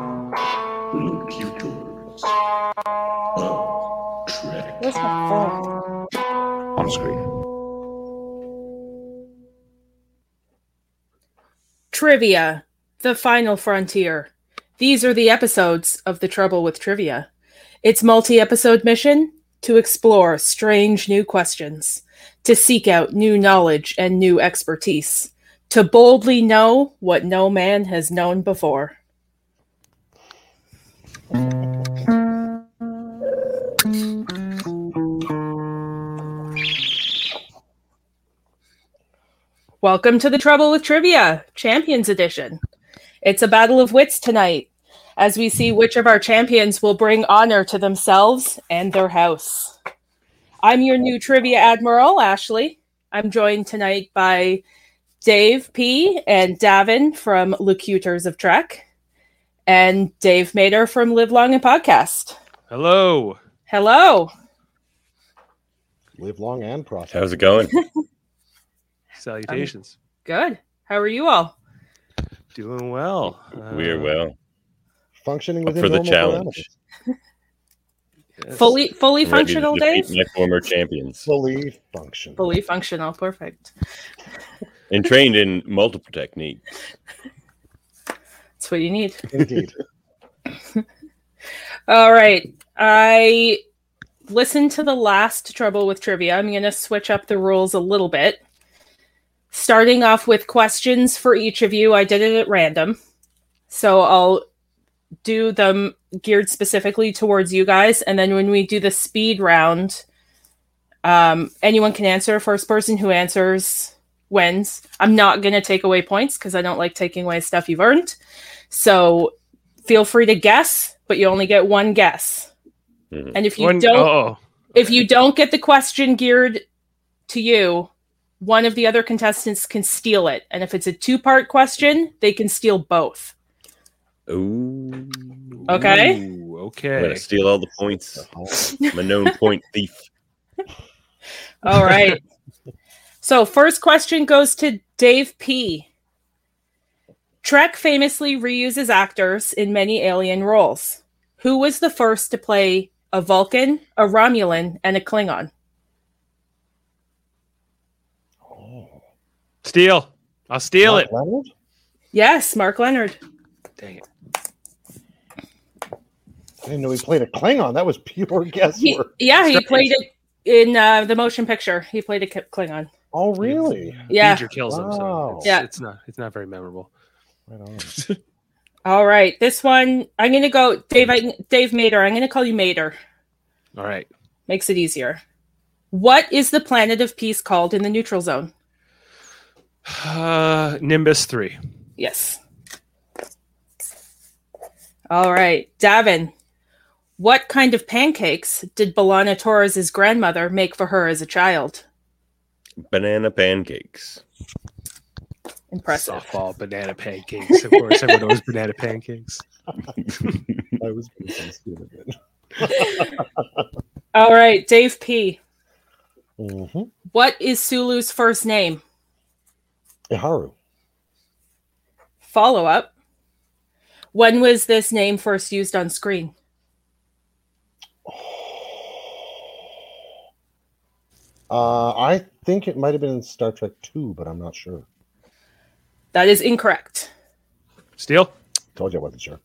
Look you doors. Oh, A track Where's my phone? on screen. Trivia. The final frontier. These are the episodes of The Trouble with Trivia. It's multi-episode mission to explore strange new questions, to seek out new knowledge and new expertise, to boldly know what no man has known before. Welcome to The Trouble with Trivia, Champions Edition. It's a battle of wits tonight as we see which of our champions will bring honor to themselves and their house. I'm your new Trivia Admiral, Ashley. I'm joined tonight by Dave P. and Davin from Locutors of Trek and Dave Mater from Live Long and Podcast. Hello. Hello. Live long and prosper. How's it going? Salutations. Good. How are you all? Doing well. Uh, we are well. Functioning Up within for the normal challenge. parameters. yes. Fully fully Ready to functional, defeat Dave? My former champions Fully function. Fully functional. Perfect. and trained in multiple techniques. That's what you need. Indeed. All right. I listened to the last Trouble with Trivia. I'm going to switch up the rules a little bit. Starting off with questions for each of you, I did it at random. So I'll do them geared specifically towards you guys. And then when we do the speed round, um, anyone can answer. First person who answers wins. I'm not going to take away points because I don't like taking away stuff you've earned. So feel free to guess, but you only get one guess. Mhm. And if you One- don't, oh, if you don't get the question geared to you, one of the other contestants can steal it. And if it's a two part question, they can steal both. Ooh. Okay. Ooh, I'm okay. gonna steal all the points. I'm a known point thief. All right. so, first question goes to Dave P. Trek famously reuses actors in many alien roles. Who was the first to play a Vulcan, a Romulan, and a Klingon? Oh. Steal. I'll steal Mark it. Leonard? Yes, Mark Leonard. Dang it. I didn't know he played a Klingon. That was pure He- guesswork. yeah, he Strange. played it in uh, the motion picture. He played a K- Klingon. Oh, really? Yeah. Danger kills him. Wow. So it's, Yeah. it's not. It's not very memorable. Right on. All right, this one I'm gonna go Dave. I, Dave Mater. I'm gonna call you Mater. All right. Makes it easier. What is the planet of peace called in the neutral zone? Uh, Nimbus three. Yes. All right, Davin. What kind of pancakes did Belana Torres's grandmother make for her as a child? Banana pancakes. Impressive. Softball banana pancakes. Of course, everyone knows banana pancakes. I was being so stupid. All right, Dave P. Mhm. What is Sulu's first name? Iharu. Follow up. When was this name first used on screen? Uh, I think it might have been in Star Trek 2, but I'm not sure. That is incorrect. Steal. Told you I wasn't sure.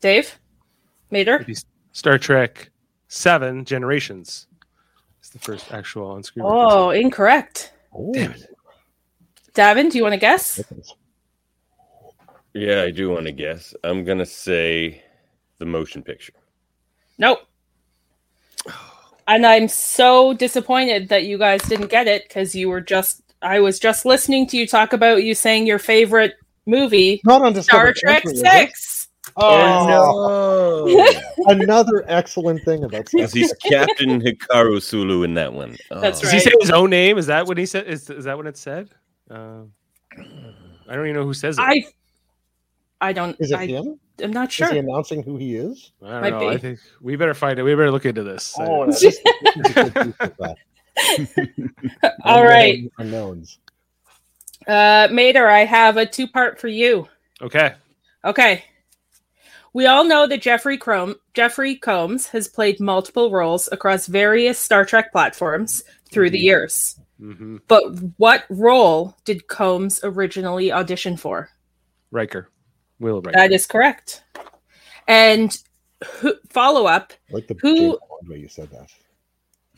Dave? Mater? It'd be Star Trek Seven Generations. It's the first actual on-screen. reference. Oh, incorrect. Oh, Damn it. Davin, do you want to guess? goodness. Yeah, I do want to guess. I'm gonna say the motion picture. Nope. And I'm so disappointed that you guys didn't get it because you were just, I was just listening to you talk about you saying your favorite movie, Not on Star Discovery Trek Country, is it? 6. Oh, no! another excellent thing about Star Because he's Captain Hikaru Sulu in that one. Oh. That's Does right. he say his own name? Is that what he said? Is, is that what it said? Uh, I don't even know who says it. I, I don't, Is it I, him? I'm not Is he sure. announcing who he is? I don't Might know. be. I think we better find it. We better look into this. Oh, I- that's just- All right. Unknowns. Uh, Mater, I have a two part for you. okay. Okay. We all know that Jeffrey Crom- Jeffrey Combs has played multiple roles across various Star Trek platforms through the years. Mm-hmm. But what role did Combs originally audition for? Riker, Will Riker. That is correct. And who, follow up, Like the Who- James Bond way you said that.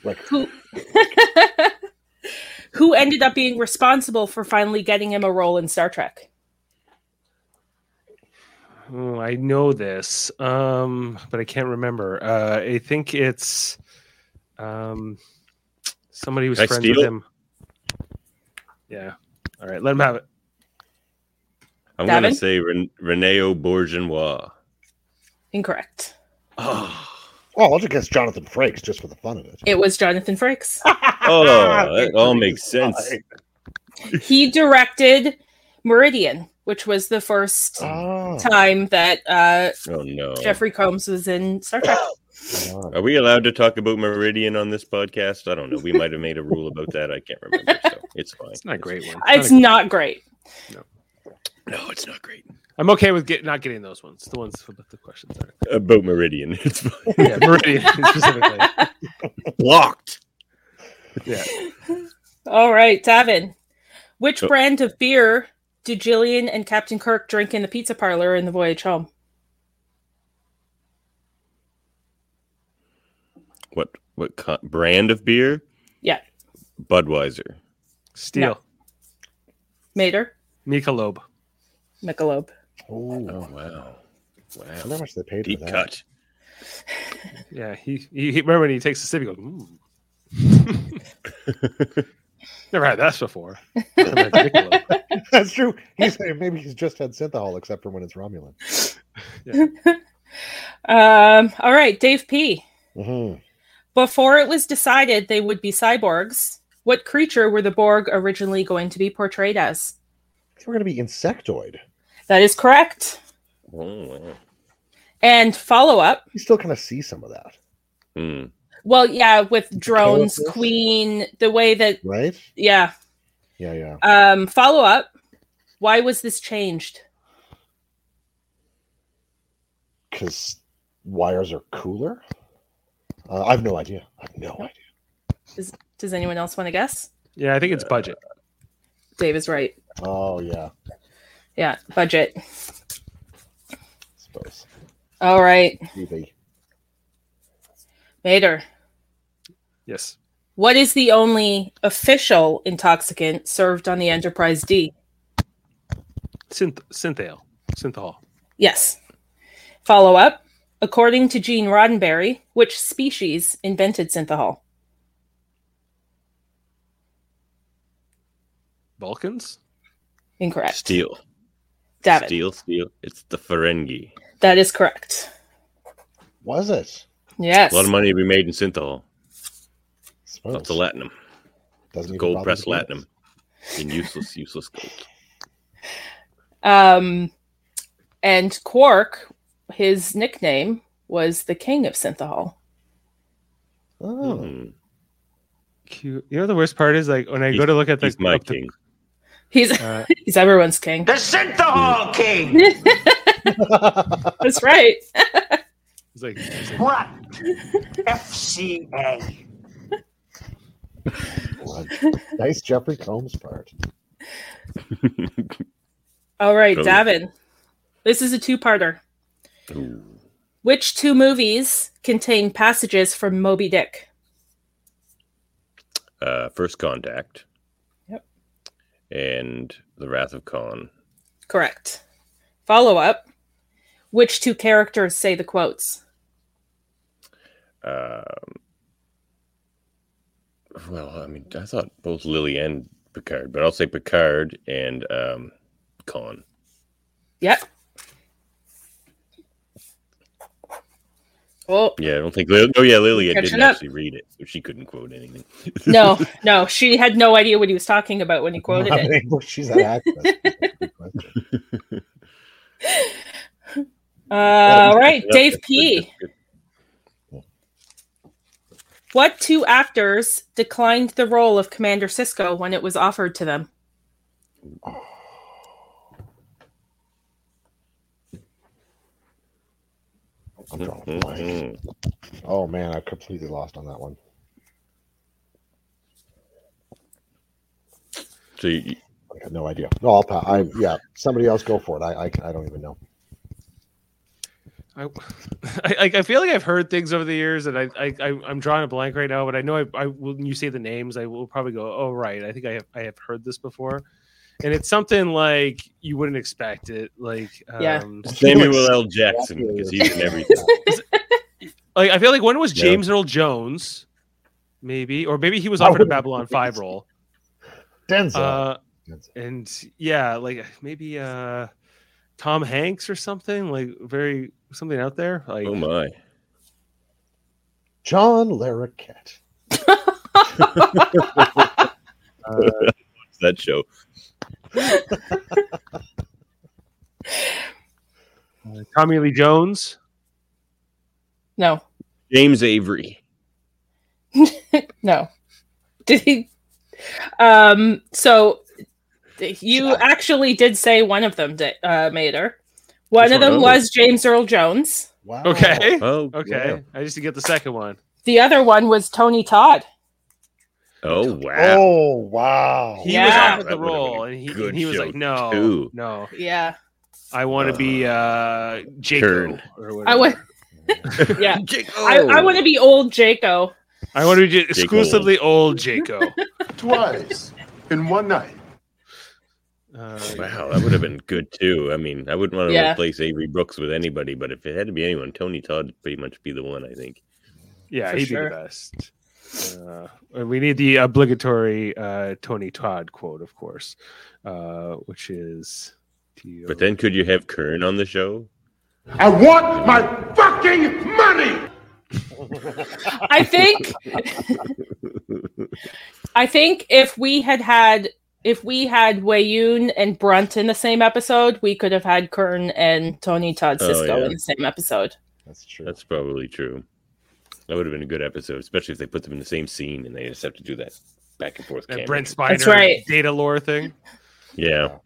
Like who who ended up being responsible for finally getting him a role in Star Trek? Oh, I know this, um, but I can't remember. Uh, I think it's um, somebody who's Can I friends steal? with him. Yeah. All right, let him have it. I'm going Davin? to say Ren- Reneo Bourgeois. Incorrect. Oh, Oh, I'll just guess Jonathan Frakes just for the fun of it. It was Jonathan Frakes. that all makes sense. he directed Meridian, which was the first Oh, time that uh, Oh, no. Jeffrey Combs was in Star Trek. God. Are we allowed to talk about Meridian on this podcast? I don't know. We might have made a rule about that. I can't remember. So it's fine. It's not a great one. it's not a- not great. No, it's not great. I'm okay with get, not getting those ones. The ones with the questions are. About Meridian. It's fine. Yeah, Meridian specifically. blocked. All right, Davin. Which Oh. brand of beer did Jillian and Captain Kirk drink in the pizza parlor in the voyage home? What what co- brand of beer? Yeah. Budweiser. Steel. Mater? Michelob. Michelob. Ooh, Oh, wow. I Oh, wonder how Wow. much they paid Deep for that. cut. Yeah, he, he, he- remember when he takes a sip, he goes, "Mm." "Ooh." Never had that before. Michelob. That's true. He's uh, maybe he's just had synthahol except for when it's Romulan. Um, all right, Dave P. Mhm. Before it was decided they would be cyborgs, what creature were the Borg originally going to be portrayed as? We're gonna be insectoid. That is correct. Oh, wow. And follow up. You still kind of see some of that, Mm. Well, yeah, with drones, Colossus? Queen, the way that, right? yeah. Yeah, yeah. Um, follow up. Why was this changed? Because wires are cooler. Uh, I've no idea. I've no idea. Does anyone else want to guess? Yeah, I think it's budget. Dave is right. Oh yeah, Yeah, budget. suppose. All right, TV. Mater. Yes. What is the only official intoxicant served on the Enterprise D? Synth synthale. Synthol. Yes. Follow up. According to Gene Roddenberry, which species invented synthahol? Vulcans? Incorrect. Steel. Davin. Steel, steel. It's the Ferengi. That is correct. Was it? Yes. A lot of money to be made in synthol. Suppose. Lots of latinum. Doesn't even Gold bother pressed to do it. latinum. And useless, useless gold. Um, and Quark, his nickname was the king of synthahol. Oh, Mm. Cute. You know the worst part is like when I He's- go to look at the, He's my up the- king. He's uh, he's everyone's king. The Synthahol King! Mm-hmm. That's right. it's like, it's like- What? FCA. What? nice Jeffrey Combs part. All right, Brilliant. Davin. This is a two-parter. Ooh. Which two movies contain passages from Moby Dick? Uh, First Contact. Yep. And The Wrath of Khan. Correct. Follow up. Which two characters say the quotes? Um, well, I mean, I thought both Lily and Picard, but I'll say Picard and um, Khan. Yep. Oh Yeah, I don't think. Lil- Oh, yeah, Lily I Catching didn't up. actually read it, so she couldn't quote anything. no, no, she had no idea what he was talking about when he quoted I it. mean, look, she's an actress. Good question. Uh, all right, Dave P. What two actors declined the role of Commander Cisco when it was offered to them? I'm drawing a blank. Mm-hmm. Oh man, I completely lost on that one. So you, I have no idea. No, I'll pass. I yeah. Somebody else go for it. I I, I don't even know. I, I I feel like I've heard things over the years, and I, I, I I'm drawing a blank right now. But I know I, I when you say the names, I will probably go, oh right, I think I have I have heard this before, and it's something like you wouldn't expect it, like Yeah. um, Samuel L. Jackson because he's in everything. like I feel like one was No. James Earl Jones, maybe, or maybe he was I offered a wouldn't- Babylon Five role. Denzel. Uh, Denzel. and yeah, like maybe uh, Tom Hanks or something, like very something out there. Like Oh my! John Larroquette. It's that show. uh, Tommy Lee Jones. No, James Avery. no. Did he? Um. So you actually did say one of them, Da- uh, Mater. One Which of one them was was James Earl Jones. Wow. Okay. Oh, Okay, I just didn't get the second one. The other one was Tony Todd. yeah. Oh wow! Oh wow. He Yeah. was offered That the would've been role, a and he, good and he was show, like, "No, too. no, Yeah. I want to be uh, Jacob Turd. or whatever. I would. yeah. I, I Oh. want to be old Jaco. I want to be j- exclusively old Jacob. twice in one night. Uh, Wow, that would have been good too. I mean, I wouldn't want to Yeah. replace Avery Brooks with anybody, but if it had to be anyone, Tony Todd would pretty much be the one. I think. Yeah, For he'd sure. be the best. Uh, and we need the obligatory uh, Tony Todd quote, of course, uh, which is. uh, But then, could you have Kern on the show? I want my fucking money. I think I think if we had had if we had Wayoon and Brunt in the same episode, we could have had Kern and Tony Todd Oh, Cisco yeah. in the same episode. That's true. That's probably true. That would have been a good episode, especially if they put them in the same scene and they just have to do that back and forth. that camera. Brent Spiner That's right. data lore thing. Yeah.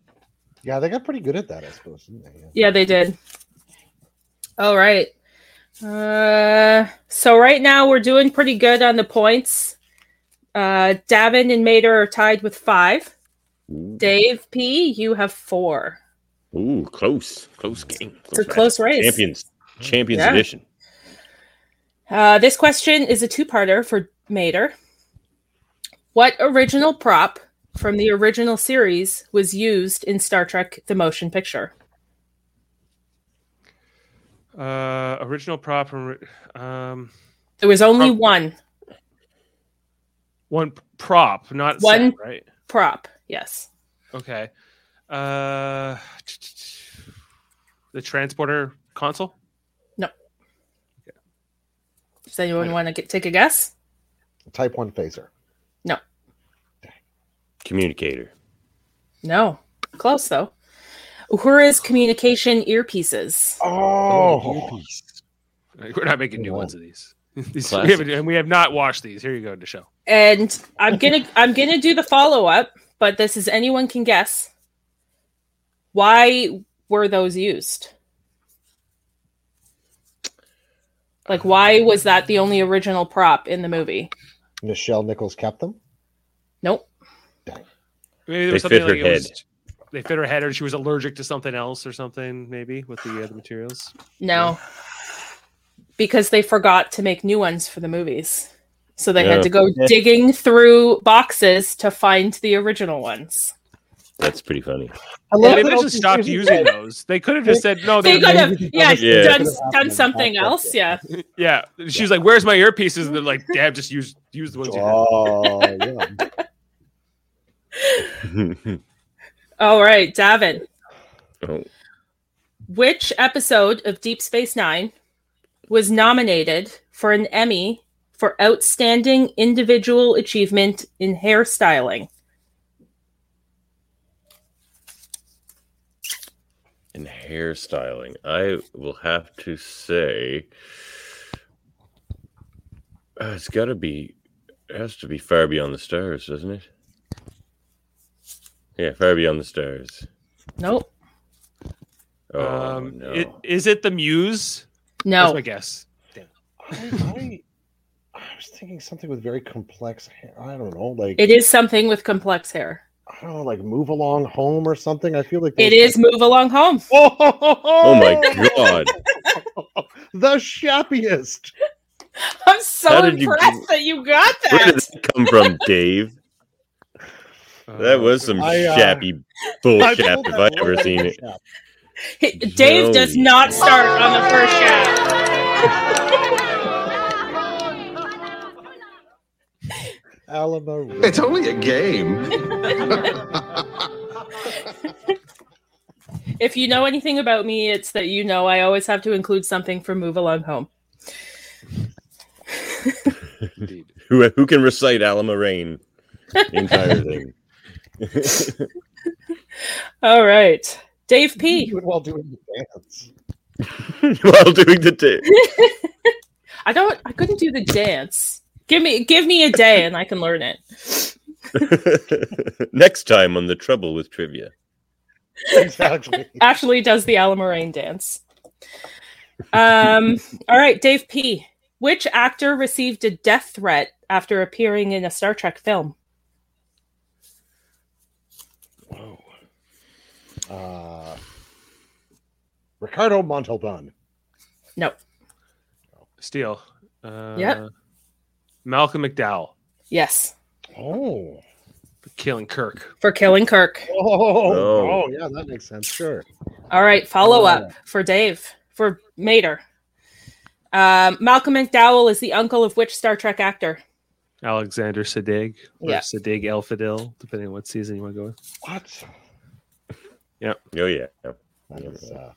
yeah, they got pretty good at that, I suppose, didn't they? Yeah. Yeah, they did. All right. Uh, so right now we're doing pretty good on the points. Uh, Davin and Mater are tied with five. Ooh, Dave P, you have four. Ooh, close, close game. It's a match. close race. Champions, champions Yeah. edition. Uh, this question is a two-parter for Mater. What original prop from the original series was used in Star Trek: The Motion Picture? Uh, original prop from um, There was only Prop. one one prop, not One- set, right? prop. Yes. Okay. Uh, the transporter console. Does anyone want to get, take a guess? Type one phaser. Communicator. No. Close though. Uhura's communication earpieces. Oh, Like, We're not making new Wow. ones of these. these we Classic. haven't- and we have not washed these. Here you go, Michelle. And I'm gonna I'm gonna do the follow up, but this is anyone can guess. Why were those used? Like why was that the only original prop in the movie? Michelle Nichols kept them. Nope. Maybe there was They something fit like her it was, they fit her head, or she was allergic to something else, or something. Maybe with the other materials. No. Because they forgot to make new ones for the movies. So they Yeah. had to go digging through boxes to find the original ones. That's pretty funny. I Well, love they that could all have just these stopped years using ago- those. They could have just said no. They They, could have Oh, Maybe yeah, they done- done done happened. something else. Yeah. yeah, she was like, "Where's my earpieces?" And they're like, "Dab, just use use the ones." you have." Oh, yeah. All right, Davin. oh, Which episode of Deep Space Nine was nominated for an Emmy for Outstanding Individual Achievement in Hairstyling? and hairstyling. I will have to say, uh, it's got to be, it has to be far beyond the stars, doesn't it? Yeah, far beyond the stars. Nope. Oh um, no! it, is it the Muse? That's No, my guess. I, I, I was thinking something with very complex. hair. I don't know, like it is something with complex hair. I don't know, like move along home or something. I feel like It those- is move along home. Oh, Oh my god! The shappiest. I'm so How did you- impressed that you got Where did that. that come from, Dave? That was some I, uh, shappy I bullshit pulled if that I ever one seen it. shap. Dave does Joey. not start on the first shot. Alamo. It's only a game. If you know anything about me, it's that you know I always have to include something from Move Along Home. Indeed. Who who can recite Alamo Rain entirely? All right. Dave P. You all doing the dance. While doing the t- I don't I couldn't do the dance. Give me give me a day and I can learn it. next time on the trouble with trivia. Exactly. Ashley does the Alamarain dance. Um all right, Dave P. Which actor received a death threat after appearing in a Star Trek film? Whoa. Uh, Ricardo Montalban. Steele. Uh, Yep. Malcolm McDowell Yes, Oh. for killing Kirk. for killing Kirk. Oh, oh, No. yeah, that makes sense. Sure. All right, follow up for Dave for Mater. Um, Malcolm McDowell is the uncle of which Star Trek actor? Alexander Sadig. Or Yeah. Sadig El Fidel, depending on what season you want to go with. What? Oh yeah. That is, uh,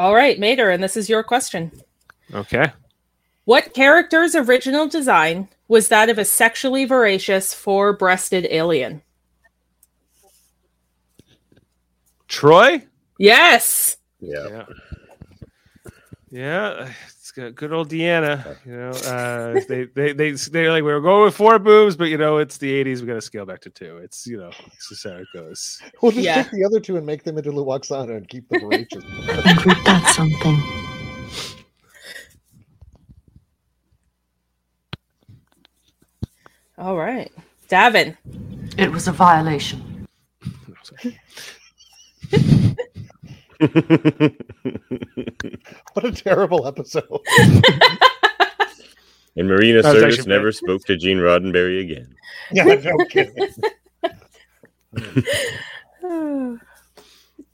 All right, Mater, and this is your question. Okay. What character's original design was that of a sexually voracious four-breasted alien? Troy? Yes. Yeah. Yeah. Yeah, it's got good old Deanna. You know, uh, they they they they're like we were going with four boobs, but you know it's the '80s. We got to scale back to two. It's you know, it's just how it goes. we'll just Yeah. take the other two and make them into Luoxana and keep the voracious. We've got something. All right, Davin. It was a violation. what a terrible episode. and Marina That was Sirtis actually- never spoke to Gene Roddenberry again. yeah, no kidding.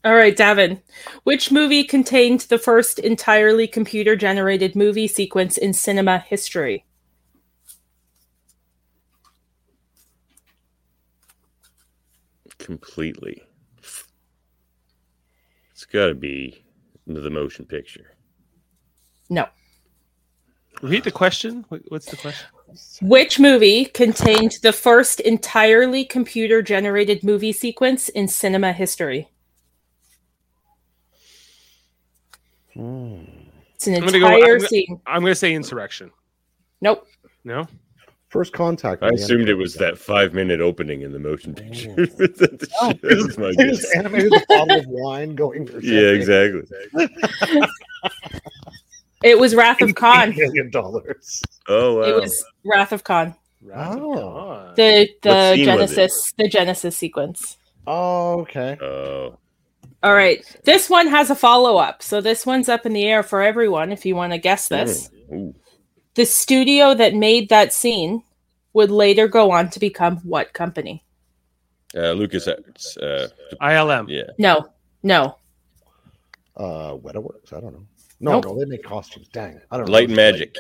All right, Davin. Which movie contained the first entirely computer-generated movie sequence in cinema history? Completely. It's got to be the motion picture. No. Repeat the question. What, what's the question? Which movie contained the first entirely computer generated movie sequence in cinema history? It's an I'm gonna go- I'm entire go- scene. I'm gonna say Insurrection. Nope. No, First contact. I with the assumed it animated was guy. that five minute opening in the motion picture. Oh. That was my They just guess. animated the bottle of wine going. For Yeah, exactly. It was Wrath of Khan. Million dollars. Oh wow. It was Wrath of Khan. Oh. Right. The the What scene was it? Genesis the Genesis sequence. Oh, okay. Oh, All right. This one has a follow up. So this one's up in the air for everyone if you want to guess this. Ooh. The studio that made that scene would later go on to become what company? Uh, Lucas, uh, ILM. yeah, No. No. Uh, Wetaworks. I don't know. No, Nope. no, they make costumes. Dang, I don't know. Oh, Light and Magic.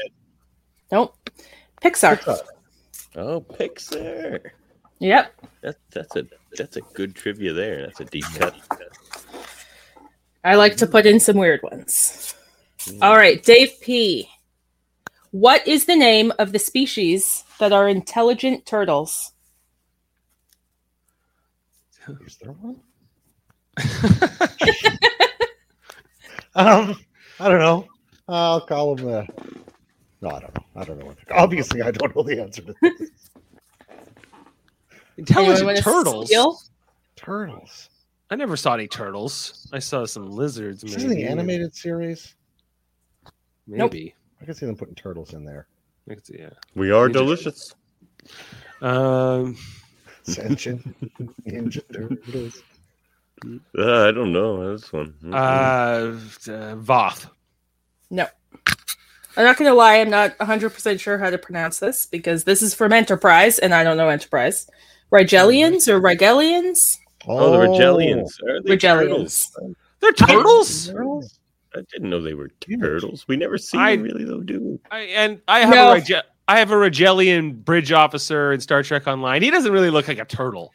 Nope. Pixar. Pixar. Oh, Pixar. Yep. That, that's a that's a good trivia there. That's a deep cut. I like to put in some weird ones. Mm. All right, Dave P. What is the name of the species that are intelligent turtles? Is there one? um, I don't know. I'll call them. Uh... No, I don't know. I don't know. What they're called. Obviously, I don't know the answer to this. Anyone Intelligent wanna turtles. steal? Turtles. I never saw any turtles. I saw some lizards. Is this in the maybe. animated series? Nope. Maybe. I can see them putting turtles in there. I could see, yeah. We are Ninja delicious. Um, Ascension, Ninja Turtles. Uh, I don't know this one. Mm-mm. uh, uh, Voth. I'm not going to lie, I'm not 100% sure how to pronounce this because this is from Enterprise and I don't know Enterprise. Rigelians or Rigelians? oh, the Regellians. Are they Regellians. turtles? They're turtles. Turtles? I didn't know they were Yeah. turtles. We never see I- them really though, do we? I, and I have No. a Rige- I have a Regellian bridge officer in Star Trek Online. He doesn't really look like a turtle.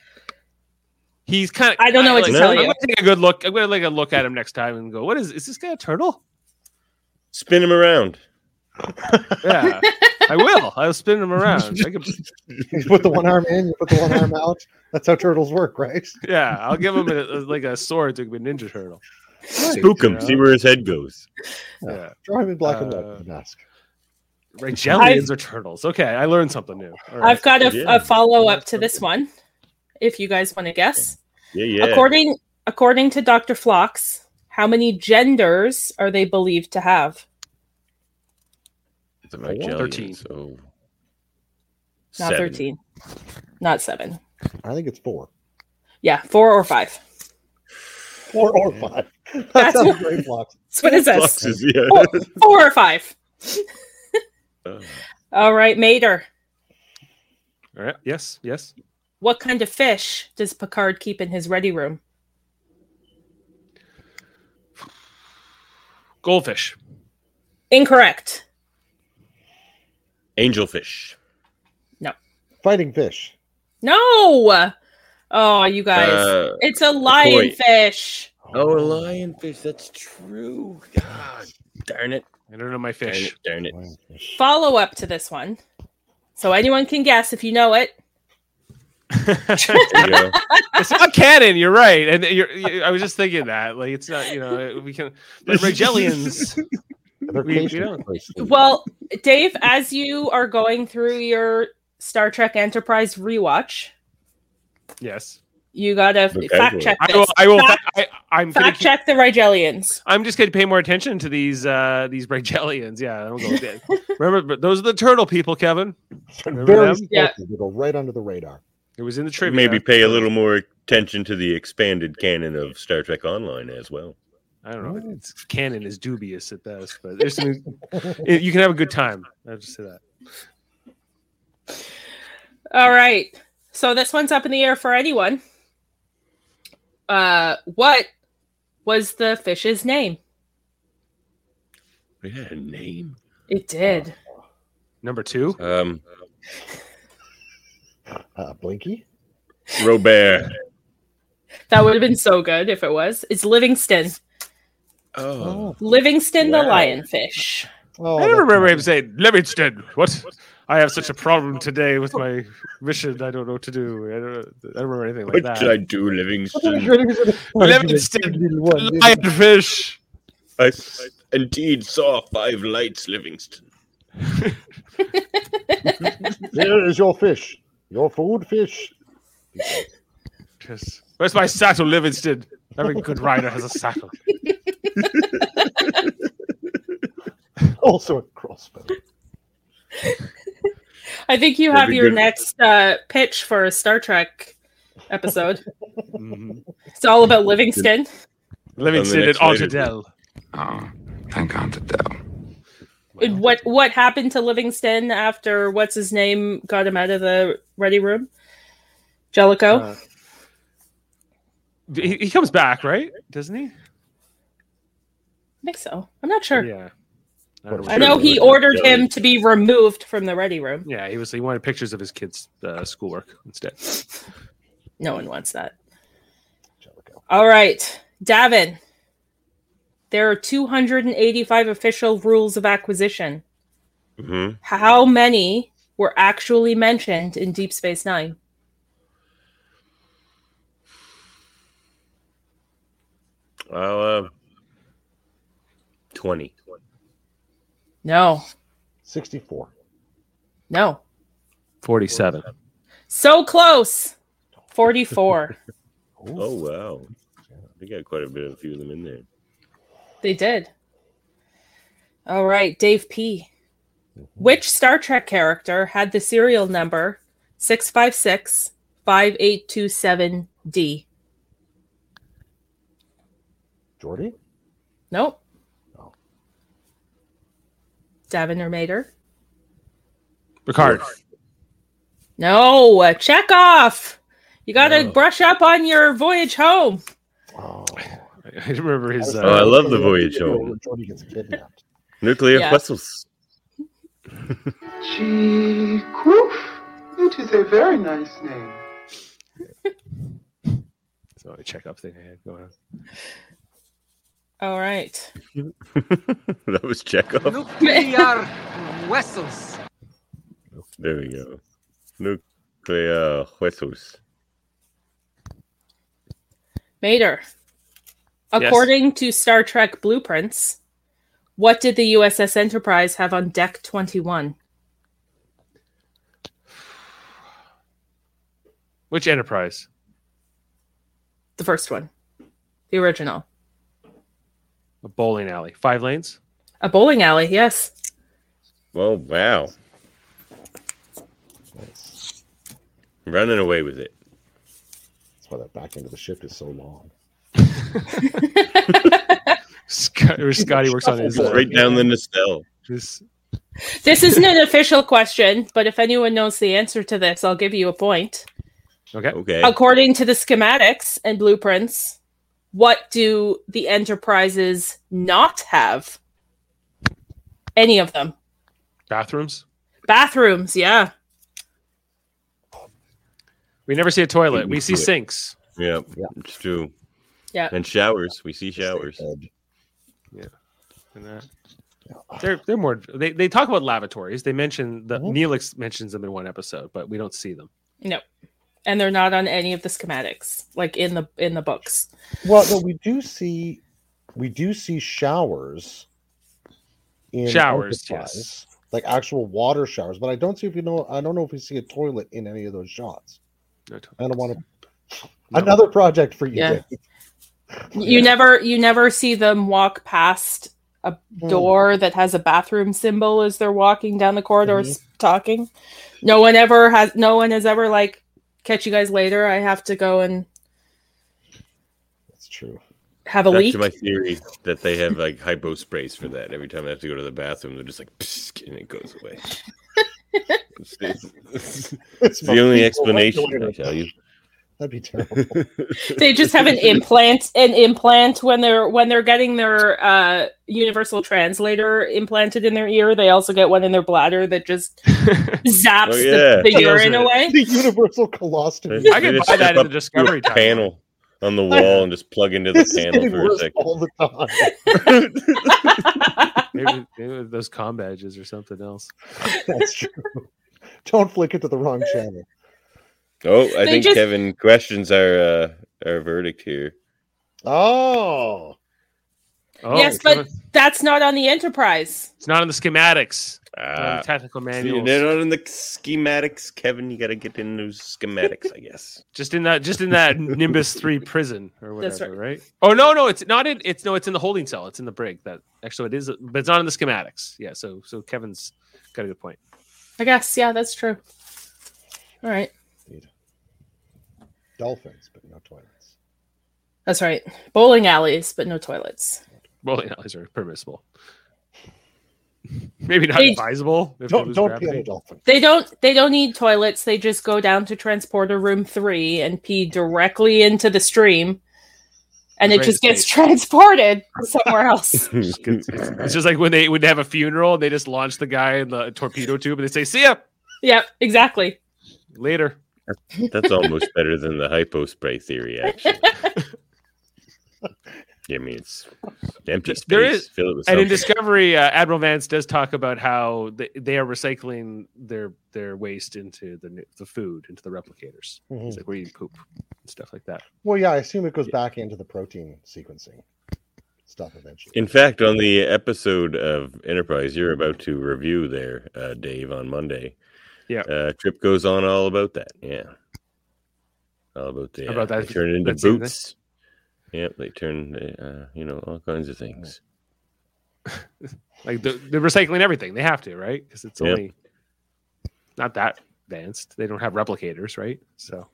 He's kind of. I don't know what to tell I'm you. gonna take a good look. I'm gonna like a look at him next time and go, "What is? Is this guy a turtle?" Spin them around. Yeah, I will. I'll spin him around. I can, You put the one arm in, you put the one arm out. That's how turtles work, right? yeah, I'll give him a, like a sword to be a ninja turtle. Spook him. Yeah. See where his head goes. Yeah, Draw him in black and white Uh, with the mask. Rigelians are turtles. Okay, I learned something new. All right. I've got a, Yeah. a follow up to this one if you guys want to guess. Yeah, yeah. According according to Dr. Flox, how many genders are they believed to have? It's a Four? Magellan, 13. So Not Seven. 13. Not 7. I think it's four. Yeah, 4 or 5. Four or five. That That's sounds what- great, Blocks. So what is this? Boxes, yeah. Four, four or 5. Uh, All right, Mater. All right. Yes. Yes. What kind of fish does Picard keep in his ready room? Goldfish. Incorrect. angelfish. Fighting fish. No. Oh, you guys. Uh, it's a lionfish. oh, a lionfish. That's true. God darn it. I don't know my Darn fish. it. Darn it. Lionfish. Follow up to this one. So anyone can guess if you know it. it's There you go. not canon. You're right. And you're, you I was just thinking that. Like it's not. You know, we can. But Rigelians. They're We- we Cajun don't- fish. Well, Dave, as you are going through your Star Trek Enterprise rewatch, yes. you gotta Vocabulary. fact check I this. will. I will. Fact, I, I'm gonna fact keep- check the Rigelians. I'm just going to pay more attention to these uh these Rigelians. Yeah, I'm going to remember. But those are the turtle people, Kevin. They're Remember very them? stealthy. Yeah. They go right under the radar. It was in the trivia. Maybe pay a little more attention to the expanded canon of Star Trek Online as well. I don't know. It's, canon is dubious at best, but there's some, it- you can have a good time. I'll just say that. All right. So this one's up in the air for anyone. Uh, what was the fish's name? It had a name. It did. Oh. Number two, Um, Uh, Blinky? Robert. That would have been so good if it was. It's Livingston. Oh, Livingston the Wow. lionfish. Oh, I don't that's- remember him saying Livingston. What? I have such a problem today with my mission. I don't know what to do. I don't. know- I don't remember anything like what did I that. do, Oh, Livingston? Livingston, lionfish. I indeed saw five lights, Livingston. There is your fish. Your food fish. Yes. Where's my saddle, Livingston? Every good rider has a saddle. Also a crossbow. I think you have That'd be your good. next uh, pitch for a Star Trek episode. Mhm. it's all about Livingston. Livingston and next later. Altadel. Oh, thank God to tell. And what what happened to Livingston after what's his name got him out of the ready room? Jellicoe. Uh, he, he comes back, right? Doesn't he? I think so. I'm not sure. Yeah. I, don't I know Sure, he but- ordered Yeah. him to be removed from the ready room. Yeah, he was. He wanted pictures of his kids' uh, schoolwork instead. No one wants that. Jellicoe. All right, Davin. There are 285 official rules of acquisition. hmm How many were actually mentioned in Deep Space Nine? Well, uh, 20. No, 64. no. Forty-seven. So close. 44. Oh, wow. They got quite a bit of few of them in there. they did. All right, Dave P. Which Star Trek character had the serial number 656 5827D? Jordy? Nope. No. Davin or Mater? Picard. No, check off. You got to Oh. brush up on your voyage home. Oh. I, I remember his. Oh, I Uh, love the voyage home. Jordy gets kidnapped. Nuclear Yeah. vessels. Cheekwoof. It is a very nice name. it's not a checkup thing I had going on. All right. that was Chekhov. Nuclear vessels. There we go. Nuclear vessels. Mater, Yes. according to Star Trek blueprints, what did the USS Enterprise have on deck 21? Which Enterprise? The first one, the original. A bowling alley. Five lanes. A bowling alley, yes. Well, Oh, wow. That's, Running away with it. that's why that back end of the ship is so long. Scott, or Scotty works on his. Shuffleboard. Uh, Right down the nacelle. his This isn't an official question, but if anyone knows the answer to this, I'll give you a point. okay. Okay. Oh, According to the schematics and blueprints, what do the Enterprises not have? Any of them. Bathrooms. Bathrooms, yeah. We never see a toilet. We We see do it. sinks. Yeah, Yeah. it's true. Yeah. And showers. We see showers. Bed. And that. uh, They're they're more. They, they talk about lavatories. They mention the Mhm. Neelix mentions them in one episode, but we don't see them. No. And they're not on any of the schematics, like in the in the books. Well, no, we do see we do see showers in Showers, Enterprise, yes. like actual water showers. But I don't see if you know. I don't know if we see a toilet in any of those shots. No I don't want to. No. Another project for you. Yeah. Dave. You never you never see them walk past a Mm. door that has a bathroom symbol as they're walking down the corridor Mhm. s- talking. No one ever has no one has ever like catch you guys later. I have to go and Hmm, That's true. have a Back leak. to my theory that they have like hypo sprays for that. Every time I have to go to the bathroom, they're just like, "Psst," and it goes away. It's- it's- It's it's the only explanation, I tell you. That'd be terrible. they just have an implant an implant when they're when they're getting their uh universal translator implanted in their ear. They also get one in their bladder that just zaps Oh, the, yeah. the Kills urine it. away. the universal colostomy. I could They just buy that step in the up to a Discovery Channel. panel on the wall and just plug into the This is panel getting for a worse second. all the time. maybe, maybe those com badges or something else. That's true. Don't flick it to the wrong channel. Oh, I They think just- Kevin questions our uh, our verdict here. Oh, Oh, Yes, it's not- but- That's not on the Enterprise. it's not in the schematics, not in Ah, the technical see, manuals. they're not in the schematics, Kevin. You got to get in those schematics, I guess. just in that, just in that Nimbus Three prison or That's whatever, right. Oh no, no, it's not in. It's no, it's in the holding cell. It's in the brig. That actually, it is, but it's not in the schematics. Yeah. So, so Kevin's got a good point. I guess, yeah, that's true. All right. dolphins, but no toilets. That's right. Bowling alleys, but no toilets. Rolling alleys are permissible. Maybe not Hey, advisable. if it Don't was don't gravity. pee on a dolphin. They don't they don't need toilets. They just go down to transporter room 3 and pee directly into the stream. And it Great just gets escape. transported somewhere else. It's just like when they would have a funeral, they just launch the guy in the torpedo tube, and they say, "See ya yep, exactly. later." That's almost better than the hypo spray theory, actually. I mean, it's empty space. There is- fill it with And in something. Discovery, uh, Admiral Vance does talk about how they, they are recycling their their waste into the new- the food into the replicators. It's Hmm. Mhm. like where you poop and stuff like that. Well, yeah, I assume it goes back into the protein sequencing stuff eventually. In fact, on the episode of Enterprise you're about to review there, uh, Dave, on Monday, Yeah. uh, Trip goes on all about that. Yeah, all about the How about uh, that- eh? They turn into that scene there? boots. Yep, they turn, uh, you know, all kinds of things. like they're, they're recycling everything. They have to, right? Because it's Yep. only not that advanced. They don't have replicators, right? So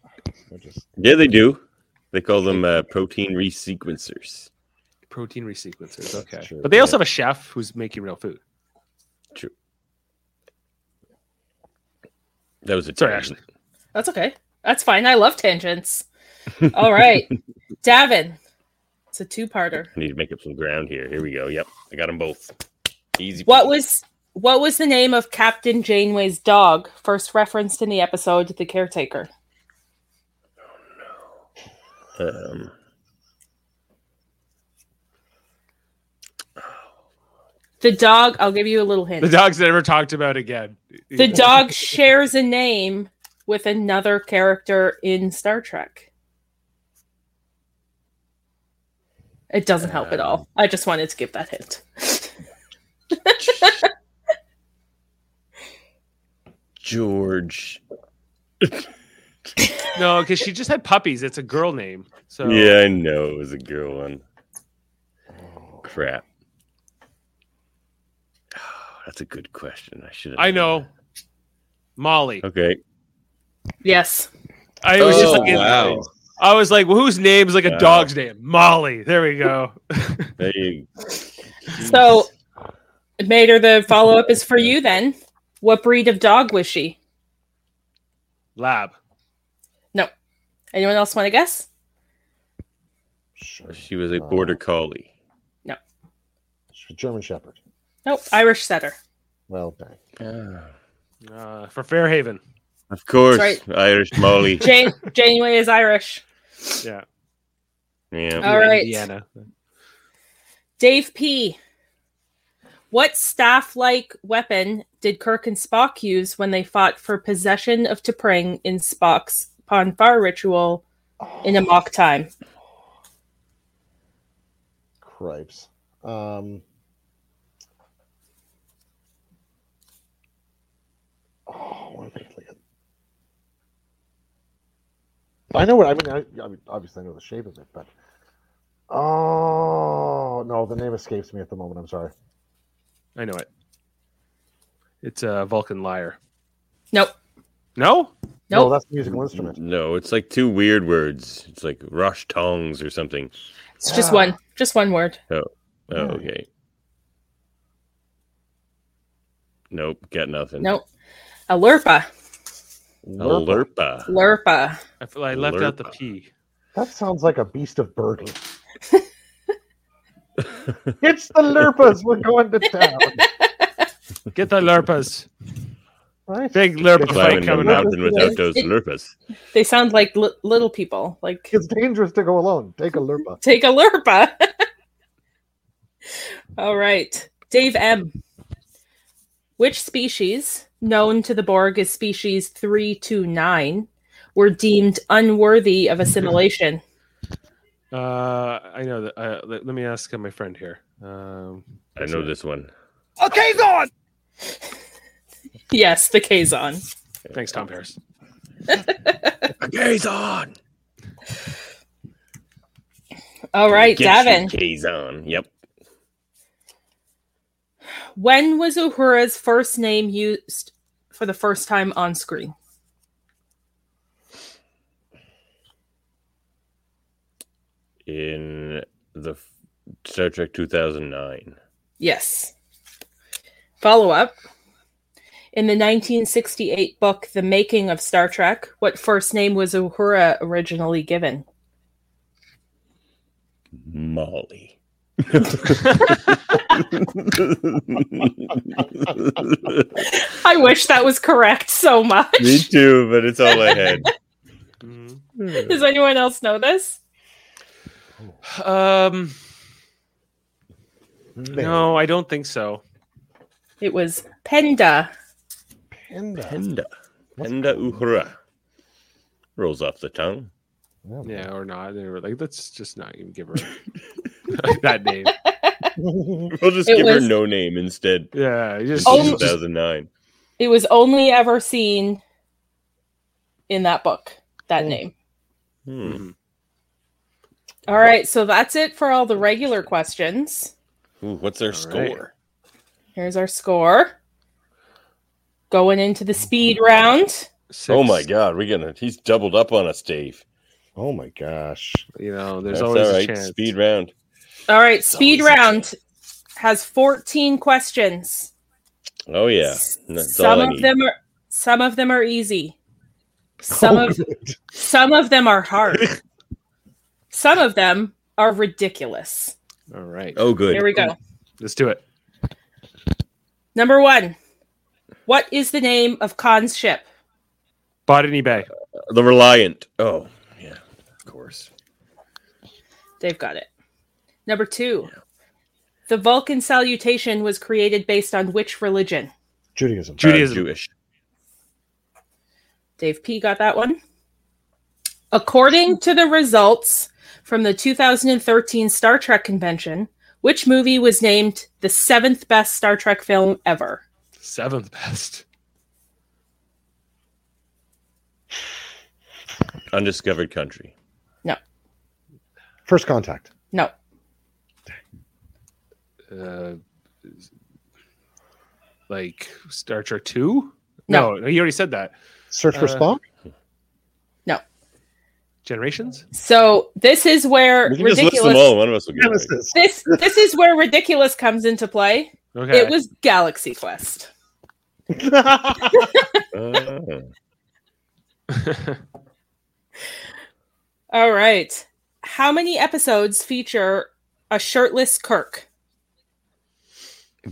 They're just Yeah, they do. They call them uh, protein resequencers. protein resequencers. Okay, true, but they also yeah. have a chef who's making real food. That was a Sorry, tangent. That's okay. That's fine. I love tangents. All right. Davin. It's a two parter. I need to make up some ground here. Here we go. Yep, I got them both. Easy. What was what was the name of Captain Janeway's dog first referenced in the episode The Caretaker? Um, The dog, I'll give you a little hint. The dog's never talked about again. The dog shares a name with another character in Star Trek. It doesn't help at all. I just wanted to give that hint. George. no, because she just had puppies. It's a girl name. So Yeah, I know it was a girl one. Crap. That's a good question. I should. I know Molly. Okay. Yes. I was just Oh, like, wow. I was like, well, whose name's like a Wow. dog's name? Molly. There we go. There you- So, Mater, the follow up is for you then. What breed of dog was she? Lab. Anyone else want to guess? sure. she was a Oh. border collie. German Shepherd. Nope. Irish setter. Well, dang. Uh, for Fairhaven. Of course, That's Irish Molly. Jane Janeway is Irish. Yeah. yeah. All right. Indiana. Dave P. What staff like weapon did Kirk and Spock use when they fought for possession of T'Pring in Spock's Ponfar ritual in a mock time? Cripes. Um. Oh, what am I looking at? I know what I mean. I, I mean, obviously, I know the shape of it, but oh no, the name escapes me at the moment. I'm sorry. I know it. It's a Vulcan liar. Nope. No? No, Nope. that's a musical instrument. No, it's like two weird words. It's like rush tongs or something. It's just one. Just one word. Oh, Yeah. okay. Nope, got nothing. Nope. A Lurpa. Alerpa. Lurpa. I, feel I left out the Lurpa. P. That sounds like a beast of burden. it's the Lurpas. We're going to town, Get the Lerpas. right? Big Lerpa It's Climbing fight the coming up. mountain without those lerpas. They sound like li- little people. Like It's dangerous to go alone. Take a Lurpa. take a Lurpa. All right. Dave M. Which species, known to the Borg as species 329, were deemed unworthy of assimilation? Uh, I know that. Uh, let, let me ask my friend here. Um, I know this one. Okay, go on. yes, the Kazon. Thanks, Tom Paris. Gaze on. All right, Get your Davin. Gaze on. Yep. When was Uhura's first name used for the first time on screen? In the f- Star Trek 2009. Yes. Follow up. In the 1968 book, The Making of Star Trek, what first name was Uhura originally given? Molly. I wish that was correct so much. Me too, but it's all I had. Mhm. Does anyone else know this? Um, no, I don't think so. It was Penda. Panda. Penda. Penda Uhura. Rolls off the tongue. Oh Yeah, or not. They were like, let's just not even give her that name. We'll just It give was- her no name instead. Yeah, you This just, is Oh, 2009. It was only ever seen in that book, that Hmm. name. Hmm. Mm-hmm. All right, so that's it for all the regular questions. Ooh, what's their right. score? Here's our score. Going into the speed round. Six. Oh my god, we're gonna he's doubled up on us, Dave. Oh my gosh. You know, there's That's always all a right. chance. Speed round. All right, speed always a round has 14 questions. Oh yeah. That's Some all I of need. them are some of them are easy. Some Oh, of some of them are hard. some of them are ridiculous. All right. oh good. Here we go. Let's do it. Number 1. What is the name of Khan's ship? Botany Bay. The Reliant. Oh, yeah. Of course. Uh, They've got it. Number 2. The Vulcan salutation was created based on which religion? Judaism. Judaism. Uh, Jewish. Dave P got that one. According to the results from the 2013 Star Trek convention, which movie was named the seventh best Star Trek film ever? Seventh best. Undiscovered country. First contact. No, Uh, like Star Trek Two. No. no, you already said that. Search for Uh, Spock. Generations. so this is where We can just list them ridiculous. all. One of us will get it right. Genesis. This this is where ridiculous comes into play. Okay. It was Galaxy Quest. Uh, All right. How many episodes feature a shirtless Kirk? Uh,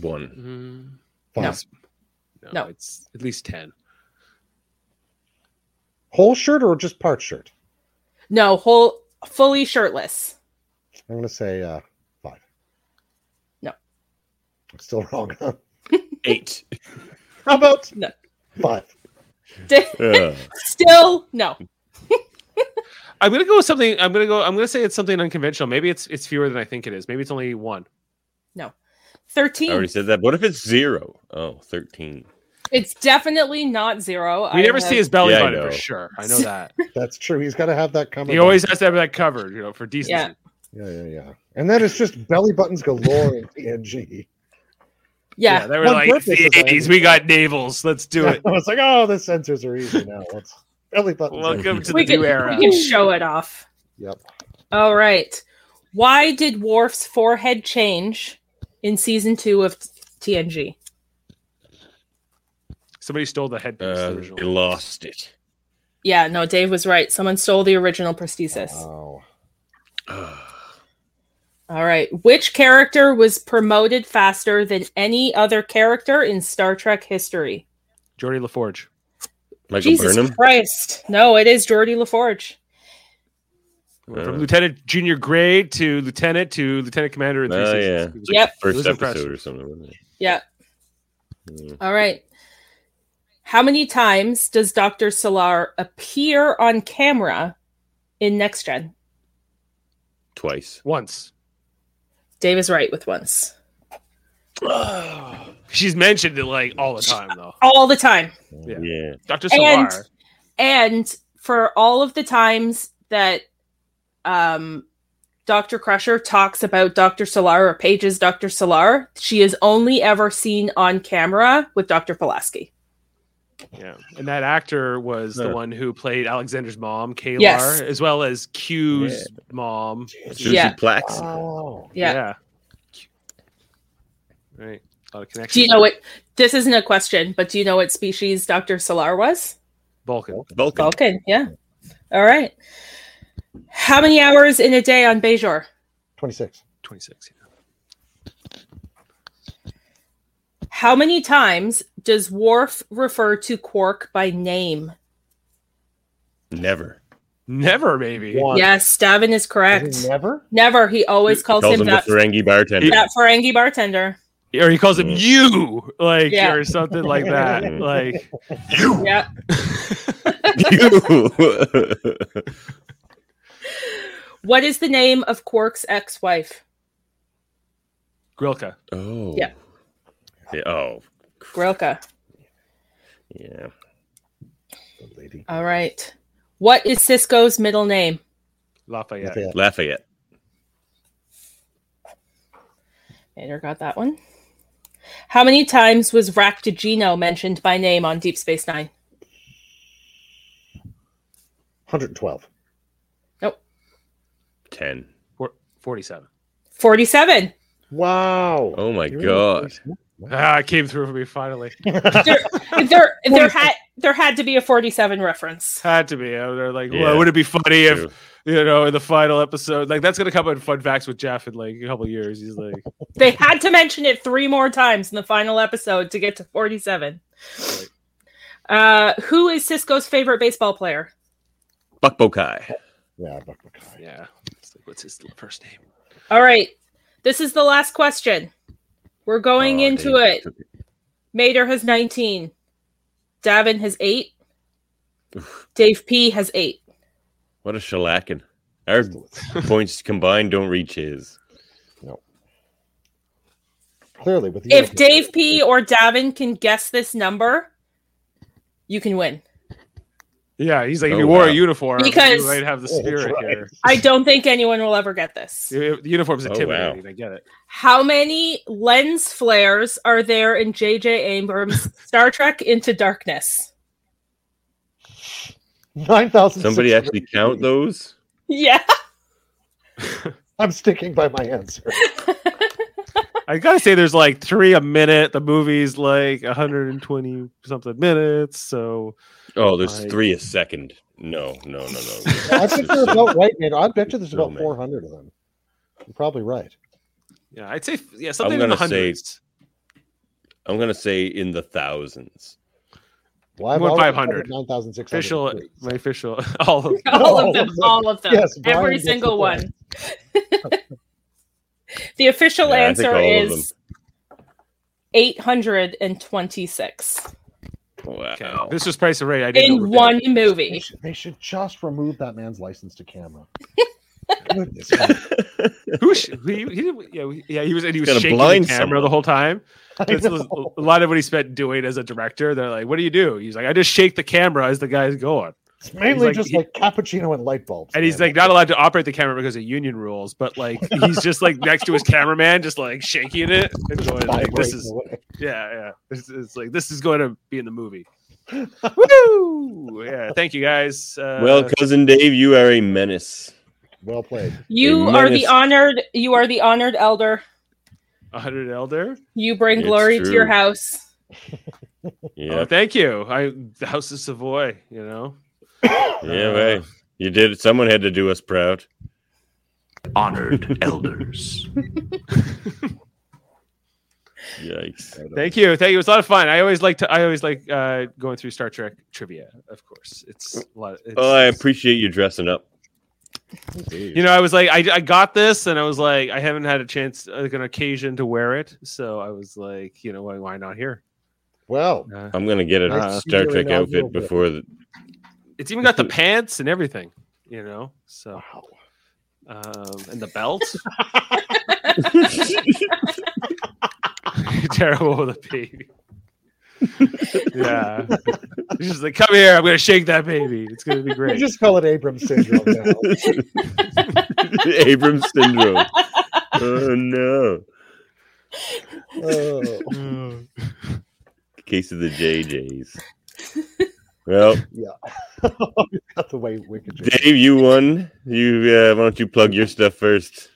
one. Mm, Fine. no, No. it's at least ten. Whole shirt or just part shirt? No, whole fully shirtless. I'm gonna say uh, five. No. I'm still wrong. Huh? Eight. How about No. five? Uh, Still no. I'm gonna go with something. I'm gonna go. I'm gonna say it's something unconventional. Maybe it's it's fewer than I think it is. Maybe it's only one. 13. I already said that. What if it's zero? Oh, 13. It's definitely not zero. We I never have- see his belly Yeah, I button know. for sure. I know that. That's true. He's got to have that coming. he always has to have that covered, you know, for decency. Yeah. Yeah, yeah, yeah. And then it's just belly buttons galore in TNG. Yeah. they were On like, purpose, the it's like- 80s, we got navels. Let's do it. I was like, oh, the sensors are easy now. Let's belly buttons. Welcome to We, the can, new era. we can show it off. Yep. All right. Why did Worf's forehead change in season two of TNG? Somebody stole the headpiece. Uh, the they original. lost it. Yeah, no, Dave was right. Someone stole the original prosthesis. Uh-huh. Wow. All right. Which character was promoted faster than any other character in Star Trek history? Jordy LaForge. Michael Jesus Burnham? Christ. No, it is Geordie LaForge. Went Uh. From lieutenant junior grade to lieutenant to lieutenant commander in three Oh, seasons. yeah. It was Yep. First was episode impressive. or something. Wasn't it? Yeah. Mm. All right. How many times does Dr. Solar appear on camera in Next Gen? Twice. Once. Dave is right with once. She's mentioned it like all the time, though. All the time. Yeah. Yeah. Dr. And- Solar. And for all of the times that um, Dr. Crusher talks about Dr. Solar or pages Dr. Solar, she is only ever seen on camera with Dr. Pulaski. Yeah. And that actor was the Huh. one who played Alexander's mom, Kalar, Yes. as well as Q's mom. Susie Yeah. Uh, Plax. Wow. Yeah. Right. A lot of connections. Do you know what? This isn't a question, but do you know what species Dr. Solar was? Vulcan. Vulcan. Vulcan, yeah. All right. How many hours in a day on Bejor? 26. 26. yeah. How many times does Worf refer to Quark by name? Never. Never, maybe. One. Yes, Davin is Is correct. he Never? Never. He always calls Calls him, him the that, Ferengi bartender. that Ferengi bartender. Or he calls him Mm. you, like, Yeah. or something like that. Mm. like, Yeah. You. What is the name of Quark's ex wife? Grilka. oh. Yeah. Yeah, Oh. Grilka. Yeah. Good lady. All right. What is Cisco's middle name? Lafayette. Nothing else. Lafayette. Vader got that one. How many times was Ractagino mentioned by name on Deep Space Nine? 112. Ten. Four- 47. 47. Wow. Oh my You're really god. smart. Ah, it came through for me finally. There, there had there had to be a 47 reference. Had to be. Uh, They're like, Yeah. well, would it be funny if True. you know in the final episode, like that's gonna come in fun facts with Jeff in like a couple years. He's like, They had to mention it three more times in the final episode to get to 47. Uh, who is Cisco's favorite baseball player? Buck Bokai. Yeah, Buck Mackay. yeah. It's like, what's his first name? All right. This is the last question. We're going Oh, into damn. it. Mater has 19. Davin has 8. Dave P has 8. What a shellacking. Our points combined don't reach his. Clearly, with the If unicorn. Dave P or Davin can guess this number, you can win. Yeah, he's like, if Oh, you wore wow. a uniform, Because- you might have the Oh, that's spirit right. here. I don't think anyone will ever get this. The the uniform's Oh, wow. intimidating. I get it. How many lens flares are there in J.J. Abrams' Star Trek Into Darkness? 9,000. Somebody actually count those? Yeah. I'm sticking by my answer. I gotta say, there's like three a minute. The movie's like 120 something minutes. So Oh, there's I- three a second. No, no, no, no. I bet they're about right, man. I bet you there's Oh, about man. 400 of them. You're probably right. yeah, I'd say yeah something in gonna the say- hundreds. I'm gonna say in the thousands. Well, I've More already 500. covered 9,600. Official, my official. All of All of them. All of them. Yes, Brian Every gets the single point. one. the official Yeah, I think answer all of is 826 Wow. okay. this was Price of Ray. I didn't in overdo it. one They movie. should, they should just remove that man's license to camera. Goodness, man. Who sh- he, he didn't- yeah, we- yeah, he was and he was Gotta shaking the blind camera someone. the whole time. I That's a know. a lot of what he spent doing as a director. They're like, "What do you do?" He's like, "I just shake the camera as the guy's going," It's mainly like- just he- like cappuccino and light bulbs. and he's man. like, not allowed to operate the camera because of union rules. But like, he's just like next to his cameraman, just like shaking it and going, "Like this Vibrating is away. yeah, yeah, this is like this is going to be in the movie." Woo! Yeah, thank you guys. Uh, well, cousin Dave, you are a menace. well played. You are the menace. honored you are the honored elder. 100 Elder. You bring It's glory to your true. house. Yeah, Oh, thank you. I the House of Savoy. You know. yeah, right. You did. it. Someone had to do us proud. Honored elders. Yikes. Thank you, thank you. It was a lot of fun. I always like to. I always like uh, going through Star Trek trivia. Of course, it's a lot. It's, Oh, I appreciate you dressing up. You know, I was like, I, I got this, and I was like, I haven't had a chance, like an occasion to wear it. So I was like, you know, why, why not here? Well, Uh, I'm gonna get a Nice Star to see you Trek in all outfit real good. before the. it's even got the pants and everything. You know, so wow. um, and the belt. Terrible with a baby. yeah, He's just like, come here. I'm gonna shake that baby. It's gonna be We great. just call it Abrams syndrome now. Abrams syndrome. Oh no. Oh, Mm. Case of the JJs. Well, not the way Wicked. Dave, you won. You uh, why don't you plug your stuff first?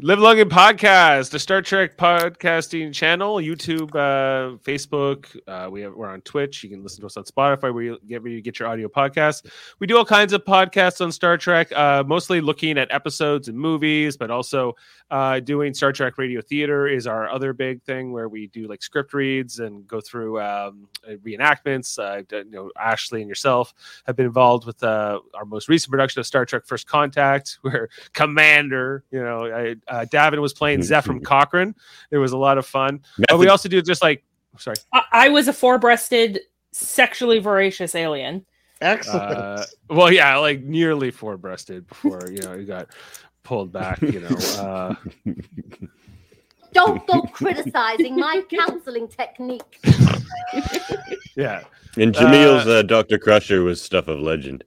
Live Long and Podcast, the Star Trek podcasting channel, YouTube, uh, Facebook. Uh, we have we're on Twitch. You can listen to us on Spotify where you get where you get your audio podcasts. We do all kinds of podcasts on Star Trek, uh, mostly looking at episodes and movies, but also uh, doing Star Trek Radio Theater is our other big thing where we do like script reads and go through um, reenactments. Uh, I've done- you know, Ashley and yourself have been involved with uh, our most recent production of Star Trek: First Contact, where Commander, you know, I, uh, Davin was playing Zephyr Cochrane. It was a lot of fun. But we Method- also do just like, sorry, I, I was a four-breasted sexually voracious alien. Excellent. uh, well, yeah, like nearly four-breasted before you know you got pulled back. You know, uh, Don't go criticizing my counseling technique. yeah. and Jamil's uh, Doctor Crusher was stuff of legend.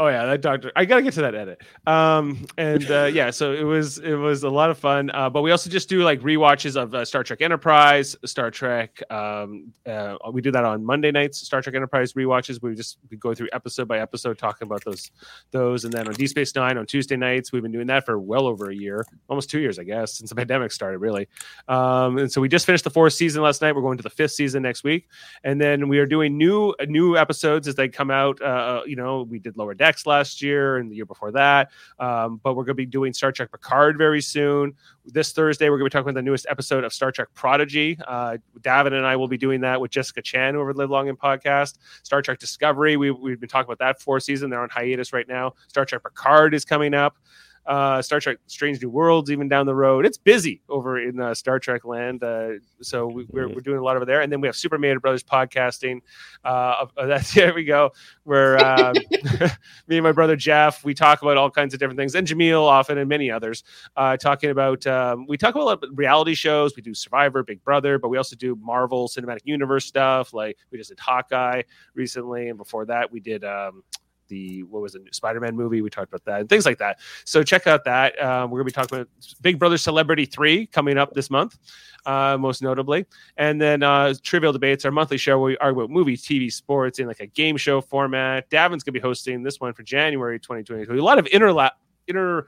Oh yeah, that doctor. I gotta get to that edit. Um, and uh, yeah, so it was it was a lot of fun. Uh, but we also just do like rewatches of uh, Star Trek Enterprise, Star Trek. Um, uh, we do that on Monday nights. Star Trek Enterprise rewatches. We just we go through episode by episode, talking about those those, and then on D Space Nine on Tuesday nights, we've been doing that for well over a year, almost two years, I guess, since the pandemic started, really. Um, and so we just finished the fourth season last night. We're going to the fifth season next week and then we are doing new uh, new episodes as they come out. Uh, you know, we did Lower Decks last year and the year before that, um, but we're going to be doing Star Trek Picard very soon. This Thursday, we're going to be talking about the newest episode of Star Trek Prodigy. Uh, Davin and I will be doing that with Jessica Chan over at Live Long in podcast. Star Trek Discovery, we, we've been talking about that for a season. They're on hiatus right now. Star Trek Picard is coming up uh, Star Trek Strange New Worlds, even down the road. It's busy over in uh, Star Trek land. Uh, so we, we're, we're doing a lot over there. And then we have Super Mario Brothers podcasting. Uh, uh, that's There we go. Where um, me and my brother Jeff, we talk about all kinds of different things, and Jameel often, and many others, uh, talking about, um, we talk about reality shows. We do Survivor, Big Brother, but we also do Marvel Cinematic Universe stuff. Like we just did Hawkeye recently. And before that, we did. Um, the what was the new Spider-Man movie? We talked about that and things like that. So check out that. Um, we're gonna be talking about Big Brother Celebrity Three coming up this month, uh, most notably, and then uh, Trivial Debates, our monthly show where we argue about movie, TV, sports in like a game show format. Davin's gonna be hosting this one for January 2022. A lot of interlap inter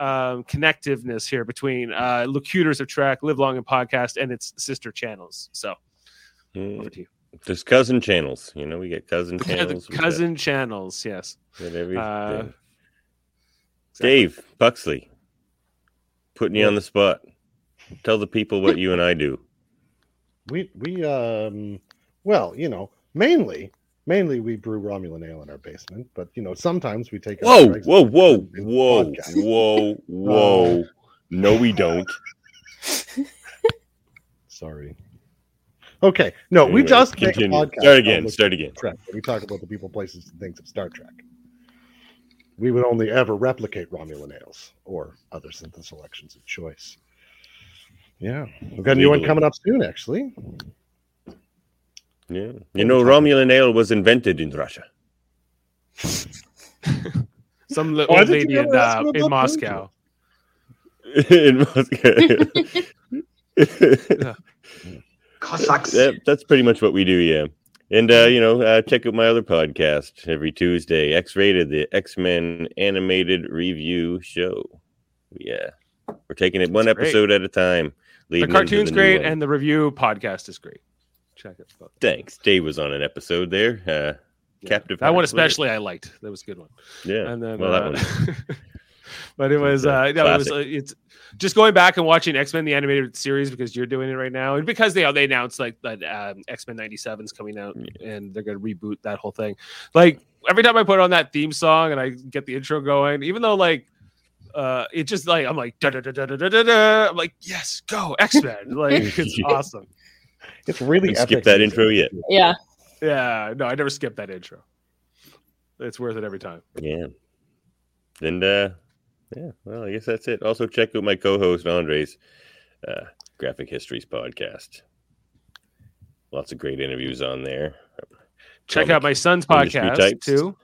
um, connectiveness here between uh, Locutors of Track, Live Long and Podcast, and its sister channels. So over to you. Mm, There's cousin channels. You know, we get cousin channels. we got- Cousin channels, yes. With every, Uh, Dave Buxley, putting you on the spot. Tell the people what you and I do. We we um well, you know, mainly mainly we brew Romulan ale in our basement, but you know, sometimes we take our Whoa, drinks- whoa, whoa, whoa, Podcast. whoa, whoa. No, we don't. Sorry. Okay. No, we Anyway, just make a continue. podcast Start about again. looking Start again. at Trek. We talk about the people, places, and things of Star Trek. We would only ever replicate Romulan ales or other synthesis selections of choice. Yeah. We've got a new one Legally. coming up soon, actually. Yeah. You know, Romulan ale was invented in Russia. Some li- Why old did lady you never in, ask uh, me in about Moscow. in Moscow. Cossacks. that, that's pretty much what we do, yeah. And uh, you know, uh, check out my other podcast every Tuesday, X Rated, the X Men animated review show. Yeah, we're taking it one That's great. episode at a time. The leading into cartoon's new great, one. and the review podcast is great. Check it out. thanks, Dave was on an episode there. Uh, Captive. That one Hearts, wasn't especially I liked. That was a good one. it? Yeah. And then, well, uh, that one. but it was, Yeah, uh, no, it was. Uh, classic. it's just going back and watching X Men the animated series because you're doing it right now, and because they they announced like that um, X Men '97 is coming out, and they're going to reboot that whole thing. Like every time I put on that theme song and I get the intro going, even though like. Uh, it just like I'm like da da da da da da da. da. I'm like yes, go X Men! Like it's Yeah. awesome. It's really And epic skip that music. intro yet. Yeah. Yeah, no, I never skip that intro. It's worth it every time. Yeah. And uh yeah, well, I guess that's it. Also check out my co-host Andres uh Graphic Histories podcast. Lots of great interviews on there. Check Comic out my son's industry podcast types. too.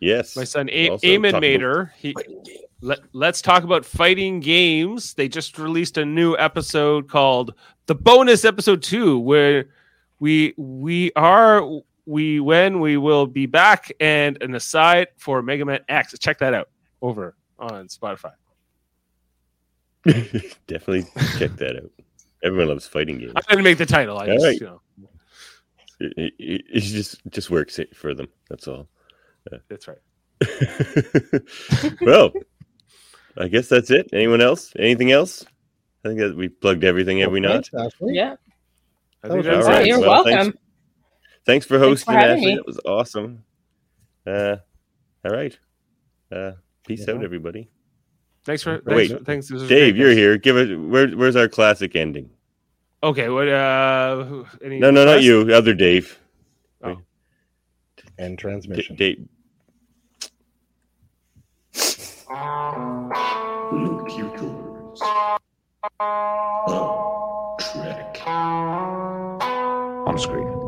Yes. My son We're a- also Eamon talking Mater. He let, let's talk about fighting games. They just released a new episode called the bonus episode two, where we we are we when we will be back and an aside for Mega Man X. Check that out over on Spotify. Definitely check that out. Everyone loves fighting games. I'm gonna make the title. I All just, right. you know, It, it- it- it just just works it for them. That's all. that's right. well, I guess that's it. Anyone else? Anything else? I think that we plugged everything, have we Well, not? thanks, Ashley. Yeah. I That think was that's All Oh, right, you're well, thanks. welcome. thanks for Thanks for hosting, having Ashley. me. That was awesome. Uh, all right. Uh, peace Yeah. out, everybody. Thanks for Wait. thanks, thanks this was Dave, great, you're guys. here. Give it. Where, where's our classic ending? Okay, what? Uh, who- any No, no, not requests? you. Other Dave. And D- transmission. Dave. Locutors Oh, of Trek. On screen.